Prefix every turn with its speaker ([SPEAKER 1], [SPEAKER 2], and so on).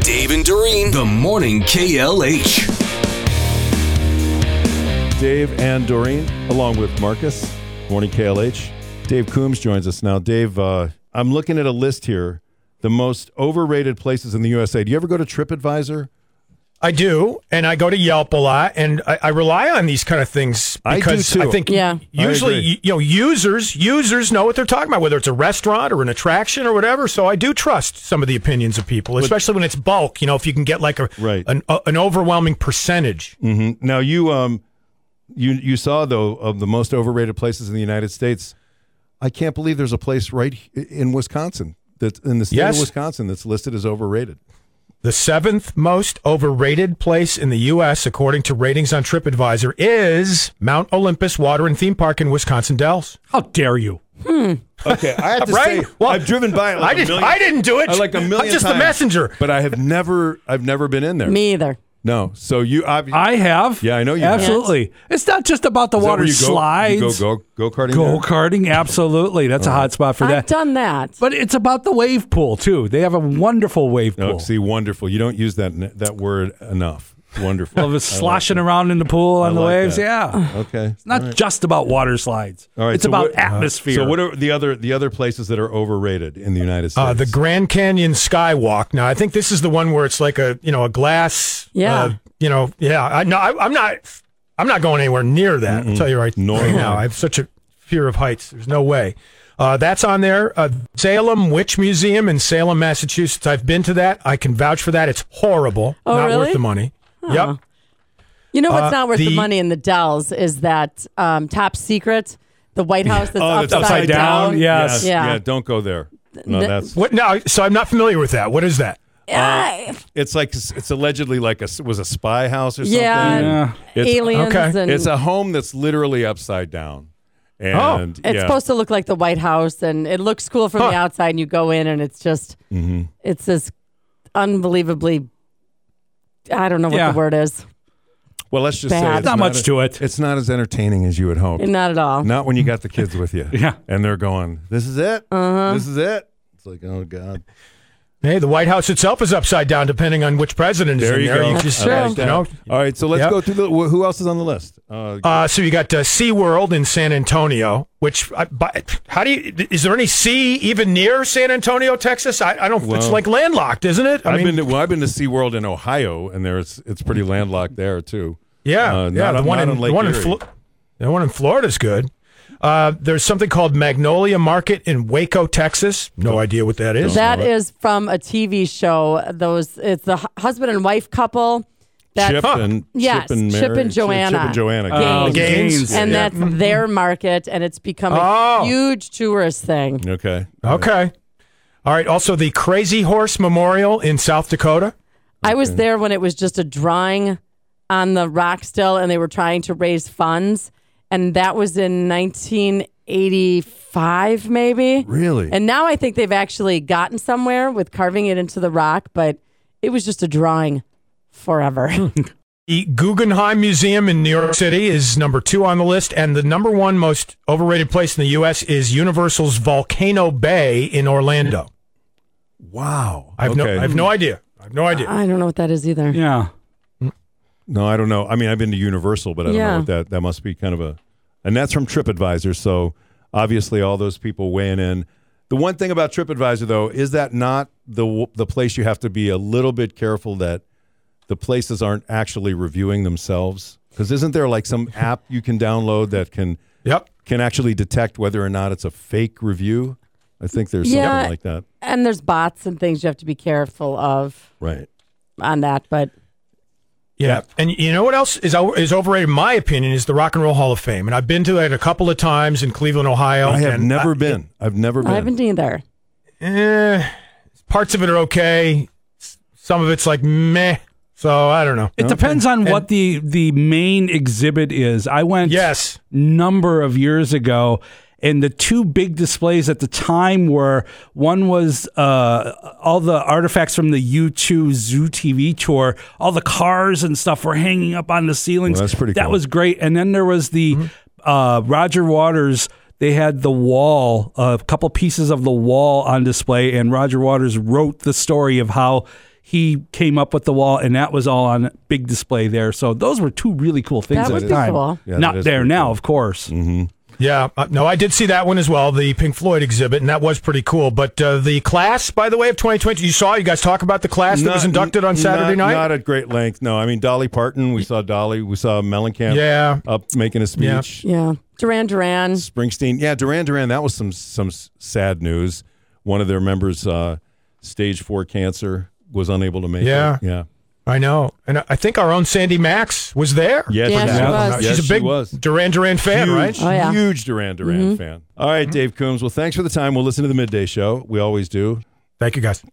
[SPEAKER 1] Dave and Doreen, the morning KLH.
[SPEAKER 2] Dave and Doreen, along with Marcus. Morning, KLH. Dave Coombs joins us now. Dave, uh, I'm looking at a list here. The most overrated places in the USA. Do you ever go to TripAdvisor?
[SPEAKER 3] I do, and I go to Yelp a lot, and I, I rely on these kind of things
[SPEAKER 2] I do
[SPEAKER 3] because
[SPEAKER 2] too.
[SPEAKER 3] think
[SPEAKER 4] Yeah.
[SPEAKER 2] I
[SPEAKER 3] usually
[SPEAKER 2] agree.
[SPEAKER 3] y- you know users users know what they're talking about, whether it's a restaurant or an attraction or whatever. So I do trust some of the opinions of people, especially when it's bulk. You know, if you can get like a
[SPEAKER 2] Right. Mm.
[SPEAKER 3] an, a, an overwhelming percentage.
[SPEAKER 2] Now you um you you saw though of the most overrated places in the United States. I can't believe there's a place right h- in Wisconsin that's in the state
[SPEAKER 3] Yes.
[SPEAKER 2] of Wisconsin that's listed as overrated.
[SPEAKER 3] The seventh most overrated place in the U.S. according to ratings on TripAdvisor is Mount Olympus Water and Theme Park in Wisconsin Dells.
[SPEAKER 5] How dare you?
[SPEAKER 2] Okay, I have to
[SPEAKER 3] Right?
[SPEAKER 2] say
[SPEAKER 3] Well,
[SPEAKER 2] I've driven by it
[SPEAKER 3] I
[SPEAKER 2] like a
[SPEAKER 3] didn't.
[SPEAKER 2] million,
[SPEAKER 3] I didn't do it.
[SPEAKER 2] I like a million.
[SPEAKER 3] I'm just the
[SPEAKER 2] times,
[SPEAKER 3] messenger.
[SPEAKER 2] but I have never I've never been in there.
[SPEAKER 4] Me either.
[SPEAKER 2] No, so you obviously
[SPEAKER 5] I have.
[SPEAKER 2] Yeah, I know you have.
[SPEAKER 5] Absolutely. It's not just about the water slides.
[SPEAKER 2] Go, you go go karting.
[SPEAKER 5] go karting. Absolutely. That's a hot spot for
[SPEAKER 4] I've
[SPEAKER 5] that.
[SPEAKER 4] done that.
[SPEAKER 5] But it's about the wave pool, too. They have a wonderful wave
[SPEAKER 2] No,
[SPEAKER 5] pool.
[SPEAKER 2] see, wonderful. You don't use that n- that word enough. Wonderful.
[SPEAKER 5] Of us sloshing around in the pool on the
[SPEAKER 2] like
[SPEAKER 5] waves.
[SPEAKER 2] that.
[SPEAKER 5] Yeah.
[SPEAKER 2] Okay.
[SPEAKER 5] It's not just about water slides.
[SPEAKER 2] All right.
[SPEAKER 5] it's
[SPEAKER 2] so
[SPEAKER 5] about
[SPEAKER 2] what- uh-huh.
[SPEAKER 5] atmosphere.
[SPEAKER 2] So what are the other the other places that are overrated in the United States?
[SPEAKER 3] Uh, the Grand Canyon Skywalk. Now, I think this is the one where it's like a you know a glass.
[SPEAKER 4] Yeah.
[SPEAKER 3] uh, you know, yeah. I no, I, I'm not. I'm not going anywhere near that. I'll tell you right,
[SPEAKER 2] Nor
[SPEAKER 3] right
[SPEAKER 2] am
[SPEAKER 3] now.
[SPEAKER 2] I.
[SPEAKER 3] I have such a fear of heights. There's no way. Uh, that's on there. Uh, Salem Witch Museum in Salem, Massachusetts. I've been to that. I can vouch for that. It's horrible.
[SPEAKER 4] Oh,
[SPEAKER 3] not worth
[SPEAKER 4] really?
[SPEAKER 3] the money. Yep.
[SPEAKER 4] You know what's
[SPEAKER 3] Uh,
[SPEAKER 4] not worth the,
[SPEAKER 3] the-
[SPEAKER 4] money in the Dells is that um, top secret, the White House that's,
[SPEAKER 2] Oh,
[SPEAKER 4] upside,
[SPEAKER 2] that's upside
[SPEAKER 5] down,
[SPEAKER 4] down.
[SPEAKER 5] yes.
[SPEAKER 4] Yeah.
[SPEAKER 2] yeah. Don't go there. No,
[SPEAKER 4] Th-
[SPEAKER 2] that's
[SPEAKER 3] What now? So I'm not familiar with that. What is that?
[SPEAKER 4] Yeah.
[SPEAKER 2] it's like it's allegedly like a s- was a spy house or something.
[SPEAKER 4] Yeah,
[SPEAKER 2] and It's,
[SPEAKER 4] Aliens
[SPEAKER 3] okay.
[SPEAKER 4] and
[SPEAKER 2] it's uh, a home that's literally upside down.
[SPEAKER 5] Oh.
[SPEAKER 2] And
[SPEAKER 4] it's
[SPEAKER 2] yeah.
[SPEAKER 4] supposed to look like the White House and it looks cool from the
[SPEAKER 3] Huh.
[SPEAKER 4] outside and you go in and it's just it's this unbelievably I don't know what
[SPEAKER 5] Yeah.
[SPEAKER 4] the word is.
[SPEAKER 2] well, let's just say
[SPEAKER 4] bad.
[SPEAKER 2] it's
[SPEAKER 5] Not much
[SPEAKER 2] a-
[SPEAKER 5] to it.
[SPEAKER 2] It's not as entertaining as you would hope.
[SPEAKER 4] Not at all.
[SPEAKER 2] Not when you got the kids with you.
[SPEAKER 5] Yeah.
[SPEAKER 2] And they're going, this is it.
[SPEAKER 4] Uh-huh.
[SPEAKER 2] This is it. It's like, oh, God.
[SPEAKER 3] Hey, the White House itself is upside down, depending on which president is
[SPEAKER 2] There
[SPEAKER 3] in
[SPEAKER 2] you
[SPEAKER 3] there.
[SPEAKER 2] go.
[SPEAKER 3] You just,
[SPEAKER 2] I like
[SPEAKER 3] you
[SPEAKER 2] that.
[SPEAKER 3] know,
[SPEAKER 2] All right. So let's
[SPEAKER 3] Yep.
[SPEAKER 2] go through the, wh- who else is on the list? Uh,
[SPEAKER 3] Uh, so you got uh, SeaWorld in San Antonio, which I, by, how do you is there any sea even near San Antonio, Texas? I, I don't. it's
[SPEAKER 2] Well-
[SPEAKER 3] like landlocked, isn't it? I
[SPEAKER 2] I have
[SPEAKER 3] mean,
[SPEAKER 2] been to, well, I've been to SeaWorld in Ohio, and there's it's pretty landlocked there too.
[SPEAKER 3] yeah,
[SPEAKER 2] uh, not
[SPEAKER 3] yeah. the
[SPEAKER 2] on-
[SPEAKER 3] one
[SPEAKER 2] not
[SPEAKER 3] in
[SPEAKER 2] on Lake
[SPEAKER 3] the one in
[SPEAKER 2] Erie.
[SPEAKER 3] Flo- the one in Florida is good. Uh, there's something called Magnolia Market in Waco, Texas. No idea what that is.
[SPEAKER 4] That is from a TV show. Those it's the hu- husband and wife couple. That
[SPEAKER 2] Chip and
[SPEAKER 4] Yes,
[SPEAKER 2] Chip and,
[SPEAKER 4] Chip
[SPEAKER 2] Mary,
[SPEAKER 4] and
[SPEAKER 2] Chip- Chip,
[SPEAKER 4] Joanna.
[SPEAKER 2] and Joanna.
[SPEAKER 5] Oh,
[SPEAKER 2] Gaines.
[SPEAKER 3] Gaines.
[SPEAKER 5] Gaines.
[SPEAKER 4] and
[SPEAKER 2] yeah.
[SPEAKER 4] that's their market, and it's become a
[SPEAKER 3] Oh.
[SPEAKER 4] huge tourist thing.
[SPEAKER 2] okay.
[SPEAKER 3] Okay. All right. Also, the Crazy Horse Memorial in South Dakota.
[SPEAKER 4] I was there when it was just a drawing on the rock still, and they were trying to raise funds, and that was in 1985, maybe.
[SPEAKER 2] Really?
[SPEAKER 4] And now I think they've actually gotten somewhere with carving it into the rock, but it was just a drawing forever.
[SPEAKER 3] The Guggenheim Museum in New York City is number two on the list, and the number one most overrated place in the U.S. is Universal's Volcano Bay in Orlando.
[SPEAKER 2] wow.
[SPEAKER 3] I have
[SPEAKER 2] Okay. Uh,
[SPEAKER 3] no, I have no idea. I have no idea.
[SPEAKER 4] I don't know what that is either.
[SPEAKER 5] yeah.
[SPEAKER 2] No, I don't know. I mean, I've been to Universal, but I don't know
[SPEAKER 4] Yeah.
[SPEAKER 2] what that that must be kind of a, and that's from TripAdvisor. So obviously, all those people weighing in. The one thing about TripAdvisor though is that not the w- the place you have to be a little bit careful that the places aren't actually reviewing themselves because isn't there like some app you can download that can
[SPEAKER 3] Yep.
[SPEAKER 2] can actually detect whether or not it's a fake review? I think there's
[SPEAKER 4] Yeah.
[SPEAKER 2] something like that.
[SPEAKER 4] And there's bots and things you have to be careful of
[SPEAKER 2] Right.
[SPEAKER 4] on that, but
[SPEAKER 3] Yeah. And you know what else is o- is overrated? In my opinion is the Rock and Roll Hall of Fame, and I've been to that a couple of times in Cleveland, Ohio.
[SPEAKER 2] I have
[SPEAKER 3] and uh,
[SPEAKER 2] never been. I've never been.
[SPEAKER 4] I haven't either.
[SPEAKER 3] eh, parts of it are okay. S- Some of it's like meh. So I don't know.
[SPEAKER 5] It depends on what the the main exhibit is. I went
[SPEAKER 3] Yes.
[SPEAKER 5] number of years ago, and the two big displays at the time were one was uh, all the artifacts from the U2 Zoo TV tour. All the cars and stuff were hanging up on the ceilings.
[SPEAKER 2] Well, that's pretty
[SPEAKER 5] That
[SPEAKER 2] cool. Mm-hmm.
[SPEAKER 5] was great. And then there was the uh, Roger Waters. They had the wall, a couple pieces of the wall on display, and Roger Waters wrote the story of how he came up with the wall, and that was all on big display there. So those were two really cool things
[SPEAKER 4] That
[SPEAKER 5] at
[SPEAKER 4] would
[SPEAKER 5] the
[SPEAKER 4] be
[SPEAKER 5] time.
[SPEAKER 4] cool.
[SPEAKER 2] Yeah, that
[SPEAKER 5] Not
[SPEAKER 2] is
[SPEAKER 5] there
[SPEAKER 2] pretty
[SPEAKER 5] now,
[SPEAKER 2] cool.
[SPEAKER 5] of course.
[SPEAKER 3] Yeah, uh, no, I did see that one as well, the Pink Floyd exhibit, and that was pretty cool. But uh, the class, by the way, of 2020, you saw, you guys talk about the class that was inducted on Saturday
[SPEAKER 2] not-
[SPEAKER 3] night?
[SPEAKER 2] Not at great length. No, I mean Dolly Parton. We saw Dolly. We saw Mellencamp.
[SPEAKER 3] Yeah.
[SPEAKER 2] up making a
[SPEAKER 3] Yeah.
[SPEAKER 2] speech.
[SPEAKER 4] Yeah. Duran Duran.
[SPEAKER 2] Springsteen. Yeah, Duran Duran. That was some some s- sad news. One of their members, uh, stage four cancer, was unable to make
[SPEAKER 3] Yeah.
[SPEAKER 2] it. Yeah,
[SPEAKER 3] I know. And I- I think our own Sandy Max was there.
[SPEAKER 2] yes,
[SPEAKER 4] Yeah, she
[SPEAKER 2] yeah.
[SPEAKER 4] was.
[SPEAKER 2] Yes,
[SPEAKER 3] She's a
[SPEAKER 2] she
[SPEAKER 3] big
[SPEAKER 2] was.
[SPEAKER 3] Duran Duran fan,
[SPEAKER 2] huge,
[SPEAKER 3] right? Mm-hmm.
[SPEAKER 4] Oh, yeah. Mm-hmm.
[SPEAKER 2] huge Duran Duran fan. All right, Dave Coombs. Well, thanks for the time. We'll listen to the midday show. We always do.
[SPEAKER 3] Thank you, guys.